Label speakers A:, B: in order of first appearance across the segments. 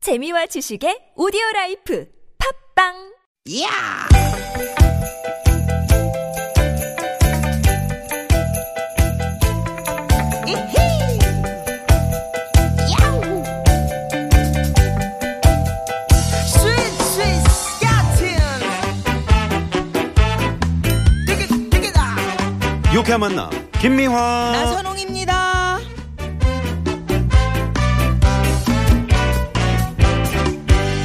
A: 재미와 지식의 오디오 라이프 팝빵!
B: 이야! 이히! 야우! 스윗, 스윗, 스카틴! 띠깃, 띠깃아!
C: 유쾌한 만남 김미화
B: 나선홍입니다.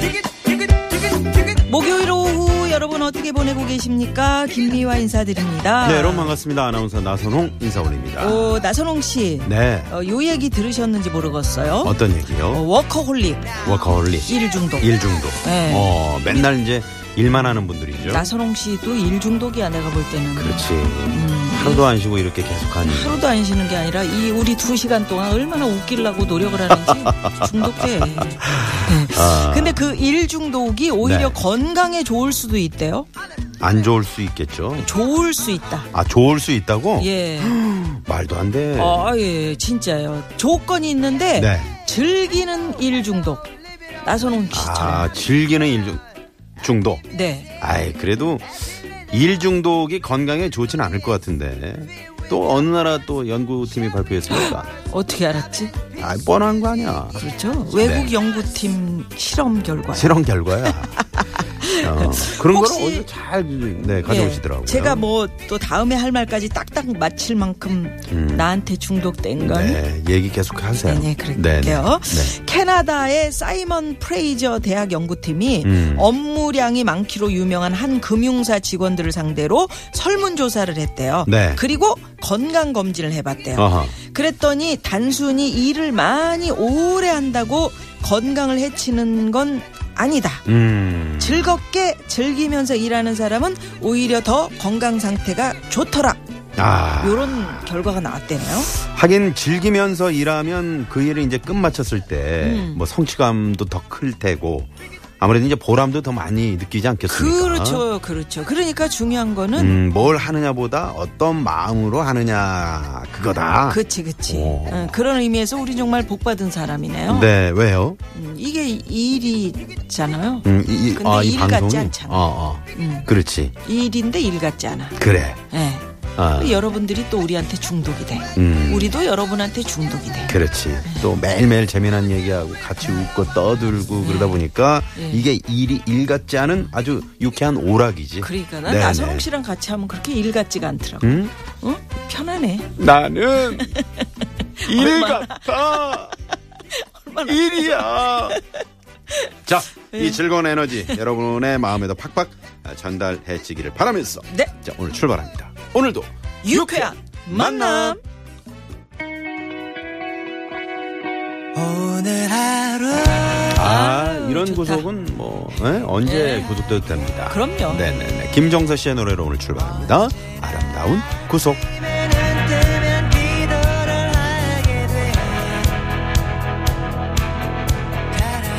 B: 띠깃, 띠깃, 띠깃, 띠깃.
D: 목요일 오후 여러분 어떻게 보내고 계십니까? 김미화 인사드립니다.
C: 네 여러분 반갑습니다 아나운서 나선홍 인사 올립니다
D: 오, 나선홍 씨.
C: 네
D: 어, 요 얘기 들으셨는지 모르겠어요.
C: 어떤
D: 어,
C: 얘기요
D: 워커홀릭.
C: 워커홀리
D: 일 중독.
C: 일 중독
D: 네.
C: 어 맨날 이제 일만 하는 분들이죠
D: 나선홍 씨도 일 중독이야, 내가 볼 때는.
C: 그렇지 하루도 안 쉬고 이렇게 계속하니
D: 음. 하루도 안 쉬는 게 아니라 이 우리 두 시간 동안 얼마나 웃기려고 노력을 하는지 중독돼. 네. 근데 그 일 중독이 오히려
C: 아. 네.
D: 건강에 좋을 수도 있대요.
C: 안 좋을 수 있겠죠
D: 좋을 수 있다.
C: 아 좋을 수 있다고
D: 예.
C: 말도 안돼
D: 아, 예, 진짜요. 조건이 있는데
C: 네.
D: 즐기는 일 중독. 나선홍 씨처럼.
C: 아 즐기는 일 중, 중독
D: 네.
C: 아이 그래도 일 중독이 건강에 좋진 않을 것 같은데 또 어느 나라 또 연구팀이 발표했습니까
D: 어떻게 알았지?
C: 아 뻔한 거 아니야
D: 그렇죠. 외국
C: 네.
D: 연구팀 실험 결과.
C: 새로운 결과야. 어, 그런 거를
D: 혹시-
C: 어디서 잘 네, 가져오시더라고요.
D: 예, 제가 뭐 또 다음에 할 말까지 딱딱 맞힐 만큼 나한테 중독된 건.
C: 음. 네, 얘기 계속 하세요.
D: 네네 그럴게요. 캐나다의 사이먼 프레이저 대학 연구팀이
C: 음.
D: 업무량이 많기로 유명한 한 금융사 직원들을 상대로 설문조사를 했대요.
C: 네. 어.
D: 그리고 건강 검진을 해봤대요.
C: 아하.
D: 그랬더니 단순히 일을 많이 오래 한다고 건강을 해치는 건 아니다.
C: 음.
D: 즐겁게 즐기면서 일하는 사람은 오히려 더 건강 상태가 좋더라.
C: 아.
D: 요런 결과가 나왔대네요.
C: 하긴 즐기면서 일하면 그 일을 이제 끝마쳤을 때
D: 음.
C: 뭐 성취감도 더 클 테고 아무래도 이제 보람도 더 많이 느끼지 않겠습니까?
D: 그렇죠, 그렇죠. 그러니까 중요한 거는
C: 음, 뭘 하느냐보다 어떤 마음으로 하느냐 그거다.
D: 그치 그치
C: 아. 오.
D: 응, 그런 의미에서 우리 정말 복 받은 사람이네요.
C: 네, 왜요?
D: 음, 이게 일이잖아요.
C: 음, 이, 이,
D: 근데
C: 아, 이
D: 일 같지
C: 방송이?
D: 않잖아.
C: 어, 어.
D: 음,
C: 그렇지.
D: 일인데 일 같지 않아.
C: 그래.
D: 예.
C: 아,
D: 그 여러분들이 또 우리한테 중독이 돼.
C: 음.
D: 우리도 네. 여러분한테 중독이 돼.
C: 그렇지. 또 매일매일 재미난 얘기하고 같이 웃고
D: 네.
C: 떠들고 그러다 보니까
D: 예.
C: 이게 일이 일 같지 않은 아주 유쾌한 오락이지.
D: 그러니까 난
C: 네, 음?
D: 나선홍
C: 네.
D: 씨랑 같이 하면 그렇게 일 같지가 않더라고.
C: 응?
D: 어? 편하네.
C: 나는 일 같아. 일이야. 자,
D: 네.
C: 이 즐거운 에너지 여러분의 마음에도 팍팍 전달해지기를 바라면서
D: 네.
C: 자, 오늘 출발합니다. 오늘도
D: 유쾌한 만남.
B: 오늘 하루
C: 아, 이런
D: 좋다. 네.
C: 구속은 뭐 예? 언제 구속돼도 됩니다.
D: 그럼요.
C: 네네네. 김정서 씨의 노래로 오늘 출발합니다. 아름다운 구속.
B: 눈 뜨면 기도를 하게 돼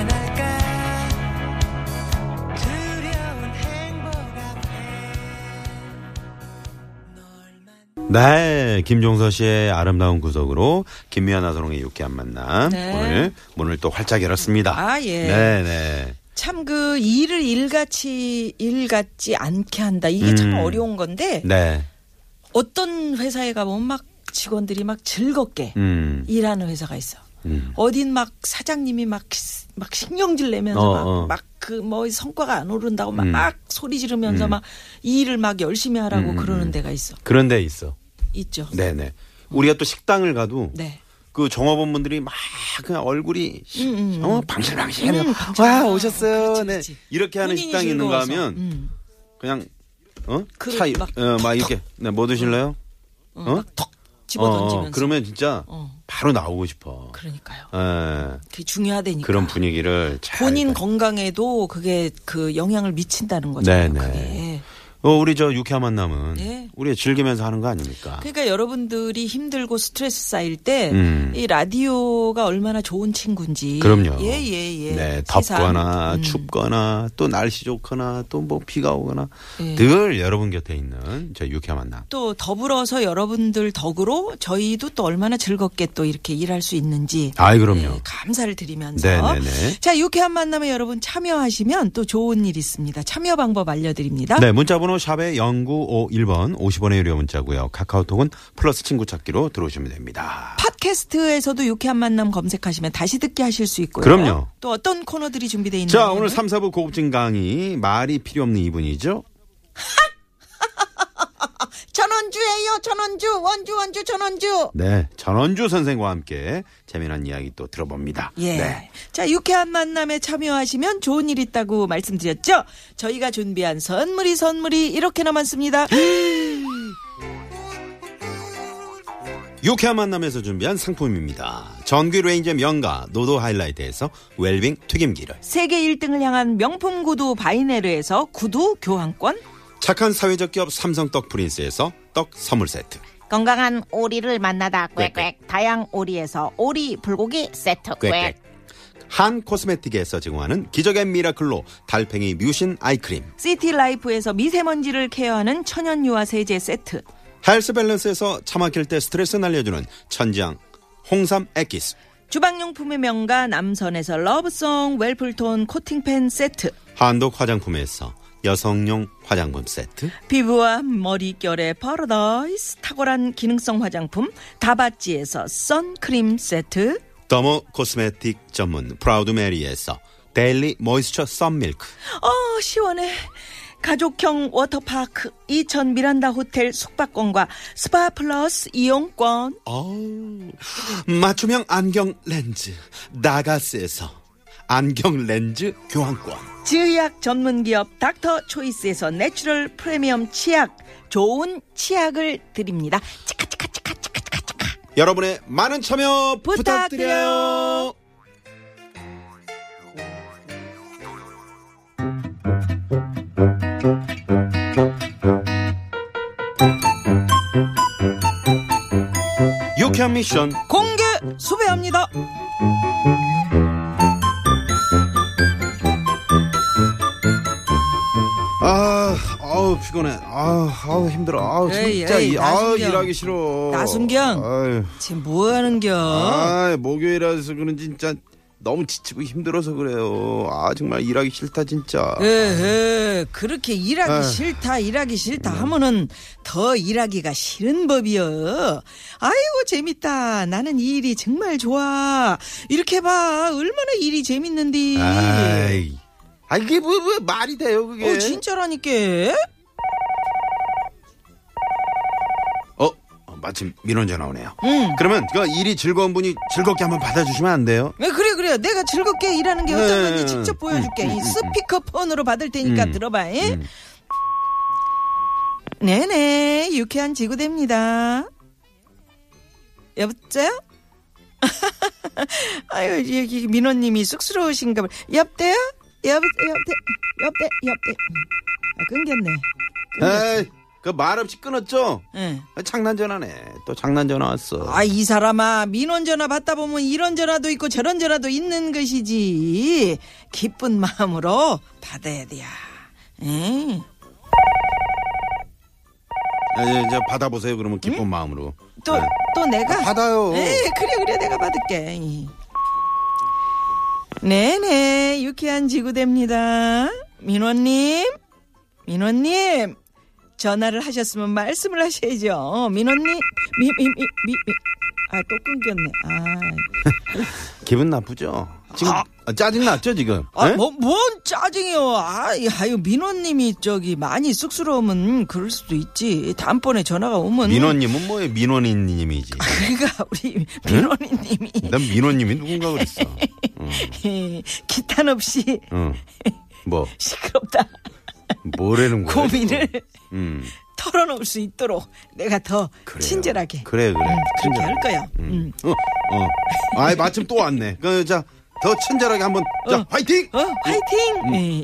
B: 달아날까 두려운 행복
C: 네, 김종서 씨의 아름다운 구속으로 김미아 나선홍의 유쾌한 만남
D: 네.
C: 오늘 문을 또 활짝 열었습니다.
D: 아, 예.
C: 네네.
D: 참 그 일을 일같이 일 같지 않게 한다. 이게 참
C: 음.
D: 어려운 건데
C: 네.
D: 어떤 회사에 가보면 막 직원들이 막 즐겁게
C: 음.
D: 일하는 회사가 있어. 어딘 막 사장님이 막, 시- 막 신경질 내면서
C: 어,
D: 막,
C: 어.
D: 막 그 뭐 성과가 안 오른다고 막,
C: 음.
D: 막 소리 지르면서 막 일을 막 열심히 하라고 그러는 데가 있어.
C: 그런 데 있어.
D: 있죠.
C: 음, 네네. 우리가 또 식당을 가도
D: 네.
C: 그 종업원분들이 막 그냥 얼굴이
D: 음,
C: 어 방실방실해요. 와 오셨어요.
D: 아, 그렇지,
C: 네
D: 그렇지.
C: 이렇게 하는
D: 본인이
C: 식당이 있는가
D: 즐거워서.
C: 하면
D: 음.
C: 그냥
D: 그
C: 어차막
D: 막
C: 이렇게 네뭐 드실래요?
D: 어,
C: 어?
D: 막 턱
C: 어,
D: 집어
C: 어,
D: 던지면서.
C: 그러면 진짜
D: 어.
C: 바로 나오고 싶어.
D: 그러니까요.
C: 예,
D: 그게 중요하다니까.
C: 그런 분위기를 잘
D: 본인 건강에도 그게 그 영향을 미친다는 거죠.
C: 네네.
D: 그게.
C: 어, 우리 저 유쾌한 만남은
D: 네.
C: 우리 즐기면서 하는 거 아닙니까?
D: 그러니까 여러분들이 힘들고 스트레스 쌓일 때,
C: 음.
D: 이 라디오가 얼마나 좋은 친구인지.
C: 그럼요.
D: 예, 예, 예.
C: 네,
D: 세상.
C: 덥거나
D: 음.
C: 춥거나 또 날씨 좋거나 또 뭐 비가 오거나
D: 예.
C: 늘 여러분 곁에 있는 저 유쾌한 만남.
D: 또 더불어서 여러분들 덕으로 저희도 또 얼마나 즐겁게 또 이렇게 일할 수 있는지.
C: 아이 그럼요.
D: 예, 감사를 드리면서.
C: 네네네.
D: 자, 유쾌한 만남에 여러분 참여하시면 또 좋은 일 있습니다. 참여 방법 알려드립니다.
C: 네, 문자번호 샵의 0951번 50원의 유료 문자고요. 카카오톡은 플러스 친구 찾기로 들어오시면 됩니다.
D: 팟캐스트에서도 유쾌한 만남 검색하시면 다시 듣기 하실 수 있고요.
C: 그럼요.
D: 또 어떤 코너들이 준비되어 있는지.
C: 자, 오늘 3, 4부 고급진 강의 말이 필요 없는 이분이죠.
D: 전원주예요. 전원주. 원주 원주 전원주.
C: 네, 전원주 선생과 함께 재미난 이야기 또 들어봅니다.
D: 예.
C: 네.
D: 자, 유쾌한 만남에 참여하시면 좋은 일 있다고 말씀드렸죠? 저희가 준비한 선물이 선물이 이렇게 남았습니다.
C: 유쾌한 만남에서 준비한 상품입니다. 전기 레인저 명가 노도 하이라이트에서 웰빙 튀김기를
D: 세계 1등을 향한 명품 구두 바이네르에서 구두 교환권,
C: 착한 사회적 기업 삼성 떡 프린스에서 떡 선물 세트
E: 건강한 오리를 만나다
C: 꽥꽥.
E: 꽥꽥 다양 오리에서 오리 불고기 세트 꽥꽥
C: 꽥꽥 한 코스메틱에서 제공하는 기적의 미라클로 달팽이 뮤신 아이크림
D: 시티 라이프에서 미세먼지를 케어하는 천연 유화 세제 세트,
C: 헬스 밸런스에서 차 막힐 때 스트레스 날려주는 천장 홍삼 액기스
D: 주방용품의 명가 남선에서 러브송 웰플톤 코팅팬 세트,
C: 한독 화장품에서 여성용 화장품 세트
D: 피부와 머릿결의 파라다이스 탁월한 기능성 화장품 다바찌에서 선크림 세트,
C: 더모 코스메틱 전문 프라우드 메리에서 데일리 모이스처 썬밀크
D: 어, 시원해. 가족형 워터파크 이천 미란다 호텔 숙박권과 스파 플러스 이용권.
C: 어우, 맞춤형 안경 렌즈 나가스에서 안경 렌즈 교환권
D: 치약 전문 기업 닥터 초이스에서 내추럴 프리미엄 치약. 좋은 치약을 드립니다.
C: 여러분의 많은 참여 부탁드려요.
D: 부탁드려요.
C: 유쾌한 미션
D: 공개 수배합니다.
C: 아, 아우 피곤해. 아, 아우 힘들어. 아우
D: 에이,
C: 진짜
D: 에이,
C: 이- 아우
D: 나순경.
C: 일하기 싫어.
D: 나순경.
C: 아유,
D: 지금 뭐 하는겨?
C: 아, 목요일이라서 그런지 진짜 너무 지치고 힘들어서 그래요. 아 정말 일하기 싫다 진짜.
D: 에헤, 예, 그렇게 일하기
C: 에휴.
D: 싫다, 일하기 싫다
C: 예.
D: 하면은 더 일하기가 싫은 법이여. 아이고, 재밌다. 나는 이 일이 정말 좋아. 이렇게 봐. 얼마나 일이 재밌는디.
C: 아이, 아 이게 뭐, 뭐 말이 돼요 그게?
D: 어, 진짜라니까.
C: 어, 어, 마침 민원 전화 오네요.
D: 응.
C: 그러면 그 일이 즐거운 분이 즐겁게 한번 받아주시면 안 돼요?
D: 네, 그래, 그래. 내가 즐겁게 일하는 게 어떤 건지
C: 네.
D: 직접 보여줄게.
C: 음, 음,
D: 이
C: 음,
D: 스피커폰으로 받을 테니까
C: 음.
D: 들어봐. 예?
C: 음.
D: 네네. 유쾌한 지구대입니다. 여보세요? 아유, 여기 민호님이 쑥스러우신가 봐. 여보세요? 여보, 여보세 여보세 여보세 아, 끊겼네. 음.
C: 에이, 그 말 없이 끊었죠?
D: 응.
C: 아, 장난 전화네. 또 장난 전화 왔어.
D: 아, 이 사람아, 민원 전화 받다 보면 이런 전화도 있고 저런 전화도 있는 것이지. 기쁜 마음으로 받아야 돼. 응.
C: 아, 이제, 이제 받아보세요. 그러면 기쁜 마음으로.
D: 또,
C: 네.
D: 또 내가?
C: 받아요.
D: 에 그래, 그래, 내가 받을게. 이. 네네, 유쾌한 지구대입니다. 민원님, 민원님, 전화를 하셨으면 말씀을 하셔야죠. 민원님, 미, 미, 미, 미, 미. 아, 또 끊겼네. 아.
C: 기분 나쁘죠? 지금 아, 짜증 났죠 지금?
D: 아,
C: 예?
D: 뭐, 뭔 짜증이요. 아, 아유, 민원님이 저기 많이 쑥스러우면 그럴 수도 있지. 다음번에 전화가 오면.
C: 민원님은 뭐예요? 민원인님이지.
D: 그러니까 우리
C: 네?
D: 민원님이
C: 난 민원님이 누군가 그랬어.
D: 기탄 없이
C: 응. 뭐
D: 시끄럽다
C: 뭐라는 거야?
D: 고민을
C: 지금? 음.
D: 털어놓을 수 있도록 내가 더
C: 그래요.
D: 친절하게 음,
C: 그래 그래.
D: 그렇게
C: 친절하게.
D: 할 거야. 음.
C: 어, 어. 아이 마침 또 왔네. 그 자 더 친절하게 한번 자
D: 어.
C: 화이팅.
D: 어, 화이팅! 예,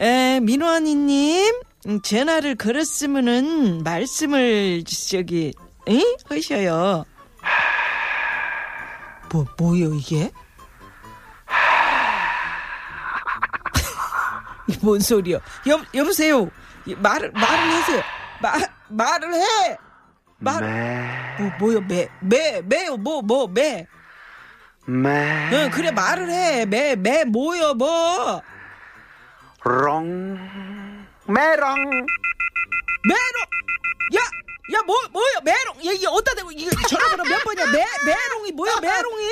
D: 예. 에, 민원이님, 음, 전화를 걸었으면은 말씀을 저기 응? 하셔요. 뭐 뭐요 이게? 이뭔 소리요? 여 여보세요. 이 말을 말을 하세요. 말 말을 해. 말. 뭐 뭐요 매매 매요 뭐 뭐 매.
C: 매,
D: 응 그래 말을 해. 매 매 뭐요 뭐.
C: 롱, 메롱.
D: 메롱 야! 야, 뭐, 뭐야, 메롱! 야, 이게 어디다 대고, 이게 전화번호 몇 번이야? 메, 메롱이 뭐야, 메롱이!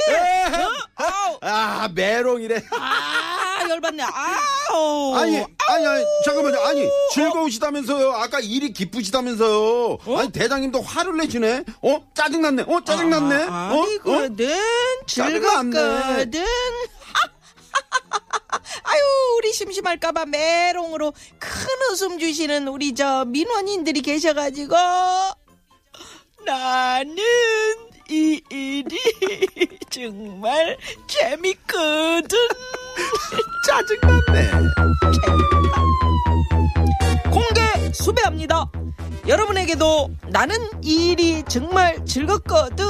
D: 어? 아우,
C: 아, 메롱이래.
D: 아, 열받네, 아우! 어?
C: 아니, 아니, 아니, 잠깐만요. 아니, 즐거우시다면서요. 아까 일이 기쁘시다면서요.
D: 어?
C: 아니, 대장님도 화를 내시네. 어? 짜증났네. 어? 짜증났네. 어? 어?
D: 아니거든, 그
C: 짜증 났네.
D: 즐겁거든. 아유, 우리 심심할까봐 메롱으로 큰 웃음 주시는 우리 저 민원인들이 계셔가지고, 나는 이 일이 정말 재밌거든.
C: 짜증났네.
D: 공개 수배합니다. 여러분에게도 나는 이 일이 정말 즐겁거든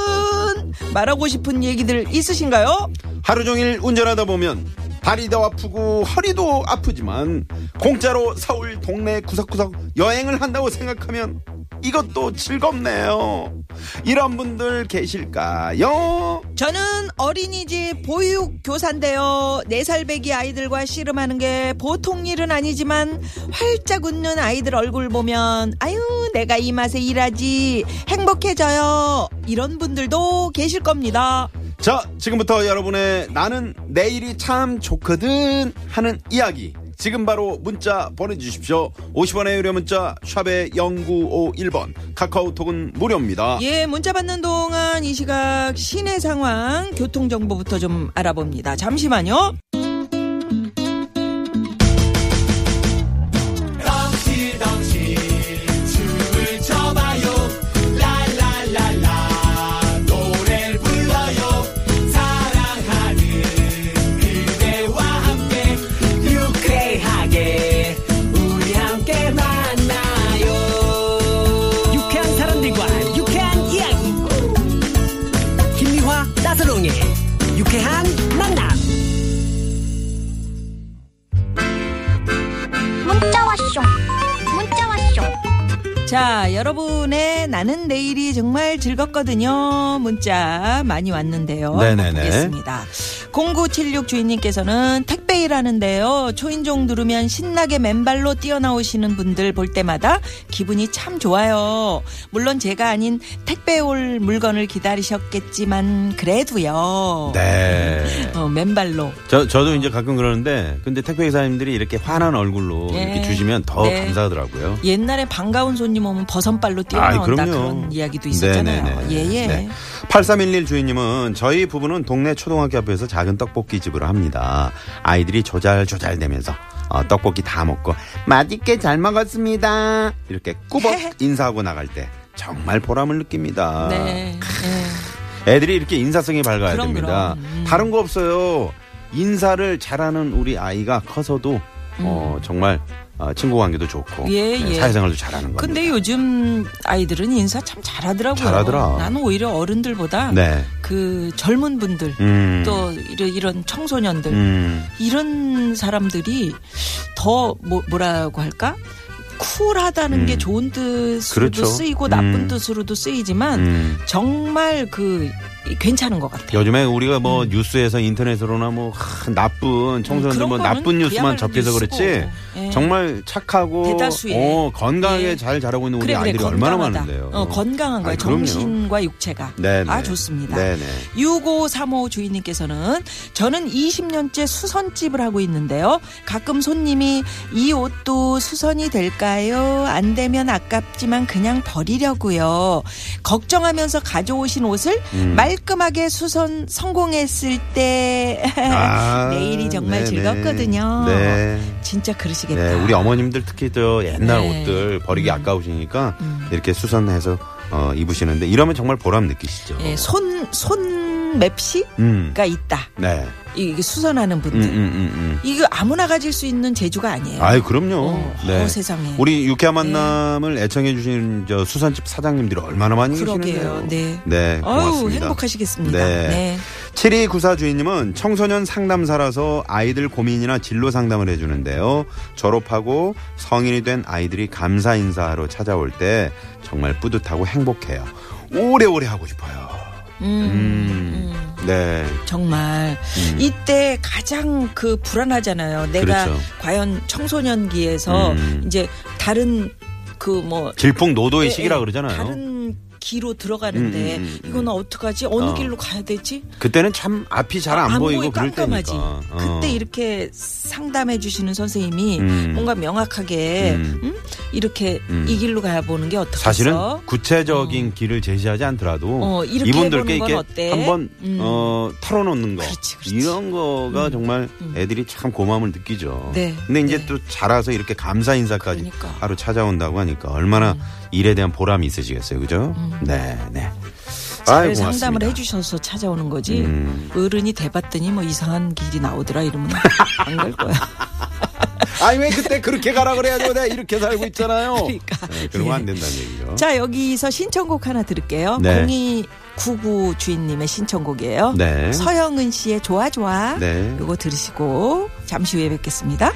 D: 말하고 싶은 얘기들 있으신가요?
C: 하루 종일 운전하다 보면 다리도 아프고 허리도 아프지만 공짜로 서울 동네 구석구석 여행을 한다고 생각하면 이것도 즐겁네요. 이런 분들 계실까요?
D: 저는 어린이집 보육교사인데요. 네살배기 아이들과 씨름하는 게 보통 일은 아니지만 활짝 웃는 아이들 얼굴 보면 아유 내가 이 맛에 일하지 행복해져요. 이런 분들도 계실 겁니다.
C: 자, 지금부터 여러분의 나는 내일이 참 좋거든 하는 이야기. 지금 바로 문자 보내주십시오. 50원의 유료 문자 샵의 0951번 카카오톡은 무료입니다.
D: 예, 문자 받는 동안 이 시각 시내 상황 교통 정보부터 좀 알아봅니다. 잠시만요.
F: 유쾌한 사람들과 유쾌한 이야기 김미화 나서롱의 유쾌한 만남
G: 문자 왔쇼 문자 왔쇼
D: 자, 여러분의 나는 내일이 정말 즐겁거든요. 문자 많이 왔는데요.
C: 네네네.
D: 보겠습니다. 0976 주인님께서는 택배 일하는데요. 초인종 누르면 신나게 맨발로 뛰어나오시는 분들 볼 때마다 기분이 참 좋아요. 물론 제가 아닌 택배 올 물건을 기다리셨겠지만 그래도요.
C: 네.
D: 어, 맨발로.
C: 저, 저도 이제 가끔 그러는데, 근데 택배기사님들이 이렇게 화난 얼굴로
D: 예.
C: 이렇게 주시면 더
D: 네.
C: 감사하더라고요.
D: 옛날에 반가운 손님 오면 버선발로
C: 아이,
D: 뛰어나온다 그런 이야기도 있었잖아요.
C: 네네네.
D: 예예.
C: 네. 8311 주인님은 저희 부부는 동네 초등학교 앞에서 작은 떡볶이 집을 합니다. 아이들이 조잘조잘 대면서 어, 떡볶이 다 먹고 맛있게 잘 먹었습니다. 이렇게 꾸벅 인사하고 나갈 때 정말 보람을 느낍니다.
D: 네. 예.
C: 애들이 이렇게 인사성이 밝아야
D: 그럼,
C: 됩니다.
D: 그럼. 음.
C: 다른 거 없어요. 인사를 잘하는 우리 아이가 커서도 어, 정말 어, 친구 관계도 좋고
D: 음. 예,
C: 네,
D: 예.
C: 사회생활도 잘하는 겁니다.
D: 근데 요즘 아이들은 인사 참 잘하더라고요.
C: 잘하더라.
D: 나는 오히려 어른들보다
C: 네.
D: 그 젊은 분들
C: 음.
D: 또 이런, 이런 청소년들
C: 음.
D: 이런 사람들이 더 뭐, 뭐라고 할까? 쿨하다는
C: 음.
D: 게 좋은 뜻으로도
C: 그렇죠.
D: 쓰이고 나쁜
C: 음.
D: 뜻으로도 쓰이지만
C: 음.
D: 정말 그 괜찮은 것 같아요.
C: 요즘에 우리가 뭐 뉴스에서 인터넷으로나 뭐 하, 나쁜 청소년들
D: 음. 그런
C: 뭐
D: 거는
C: 나쁜 뉴스만
D: 그야말로
C: 접해서 그렇지
D: 뉴스고. 예.
C: 정말 착하고
D: 대다수의.
C: 어, 건강하게
D: 예.
C: 잘 자라고 있는 우리
D: 그래 그래
C: 아이들이
D: 건강하다.
C: 얼마나 많은데요.
D: 어, 건강한 거야
C: 아이, 그럼요.
D: 정신과 육체가.
C: 네네.
D: 아 좋습니다.
C: 네네.
D: 6535 주인님께서는 저는 20년째 수선집을 하고 있는데요. 가끔 손님이 이 옷도 수선이 될까요? 안 되면 아깝지만 그냥 버리려고요. 걱정하면서 가져오신 옷을
C: 음.
D: 말끔하게 수선 성공했을 때
C: 아,
D: 네, 내일이 정말
C: 네네.
D: 즐겁거든요.
C: 네.
D: 진짜 그러시겠다.
C: 네, 우리 어머님들 특히 저 옛날
D: 네. 음.
C: 옷들 버리기 아까우시니까 이렇게 수선해서 어, 입으시는데 이러면 정말 보람 느끼시죠.
D: 예, 손, 손 수선 맵시가
C: 음.
D: 있다.
C: 네.
D: 이- 그러니까 이게
C: 음,
D: 수선하는
C: 음,
D: 분들.
C: 음, 음.
D: 이거 아무나 가질 수 있는 재주가 아니에요.
C: 아이, 그럼요.
D: 어,
C: 네.
D: 어, 세상에.
C: 우리 유쾌한 만남을 애청해주신 저 수산집 사장님들이 얼마나 많이
D: 그러게요.
C: 계시는데요.
D: 네.
C: 네.
D: 어우,
C: 고맙습니다.
D: 행복하시겠습니다.
C: 네.
D: 네.
C: 7294 주인님은 청소년 상담사라서 아이들 고민이나 진로 상담을 해주는데요. 졸업하고 성인이 된 아이들이 감사 인사로 찾아올 때 정말 뿌듯하고 행복해요. 오래오래 하고 싶어요. 음. 네.
D: 정말 이때 가장 그 불안하잖아요. 내가
C: 음. 그렇죠.
D: 과연 청소년기에서
C: 음.
D: 이제 다른 그 뭐
C: 질풍노도의 시기라 그러잖아요.
D: 다른 기로 들어가는데
C: 음, 음, 음,
D: 이거는 어떡하지? 어느
C: 어.
D: 길로 가야 되지?
C: 그때는 참 앞이 잘 안 보이고 그럴
D: 깜깜하지.
C: 때니까. 어.
D: 그때 이렇게 상담해 주시는 선생님이
C: 음.
D: 뭔가 명확하게
C: 음.
D: 음? 이렇게
C: 음.
D: 이 길로 가야 보는 게 어떻겠어?
C: 사실은 구체적인 길을 제시하지 않더라도
D: 어, 이렇게
C: 이분들께
D: 해보는 건
C: 이렇게
D: 어때?
C: 한번
D: 음.
C: 어, 털어놓는 거
D: 그렇지, 그렇지.
C: 이런 거가 정말 애들이 참 고마움을 느끼죠.
D: 네,
C: 근데 이제
D: 네.
C: 또 자라서 이렇게 감사 인사까지
D: 그러니까. 음.
C: 하루 찾아온다고 하니까 얼마나 일에 대한 보람이 있으시겠어요, 그죠? 네, 네. 아이,
D: 잘 음. 상담을
C: 고맙습니다.
D: 해주셔서 찾아오는 거지.
C: 음.
D: 어른이 대봤더니 뭐 이상한 길이 나오더라 이러면 안 갈 거야.
C: 아니 왜 그때 그렇게 가라 그래가지고 내가 이렇게 살고 있잖아요.
D: 그러니까.
C: 네, 그러면 안 된다는 얘기죠.
D: 자 여기서 신청곡 하나 들을게요.
C: 네.
D: 0299 주인님의 신청곡이에요.
C: 네.
D: 서영은 씨의 좋아 좋아.
C: 네.
D: 요거 들으시고 잠시 후에 뵙겠습니다.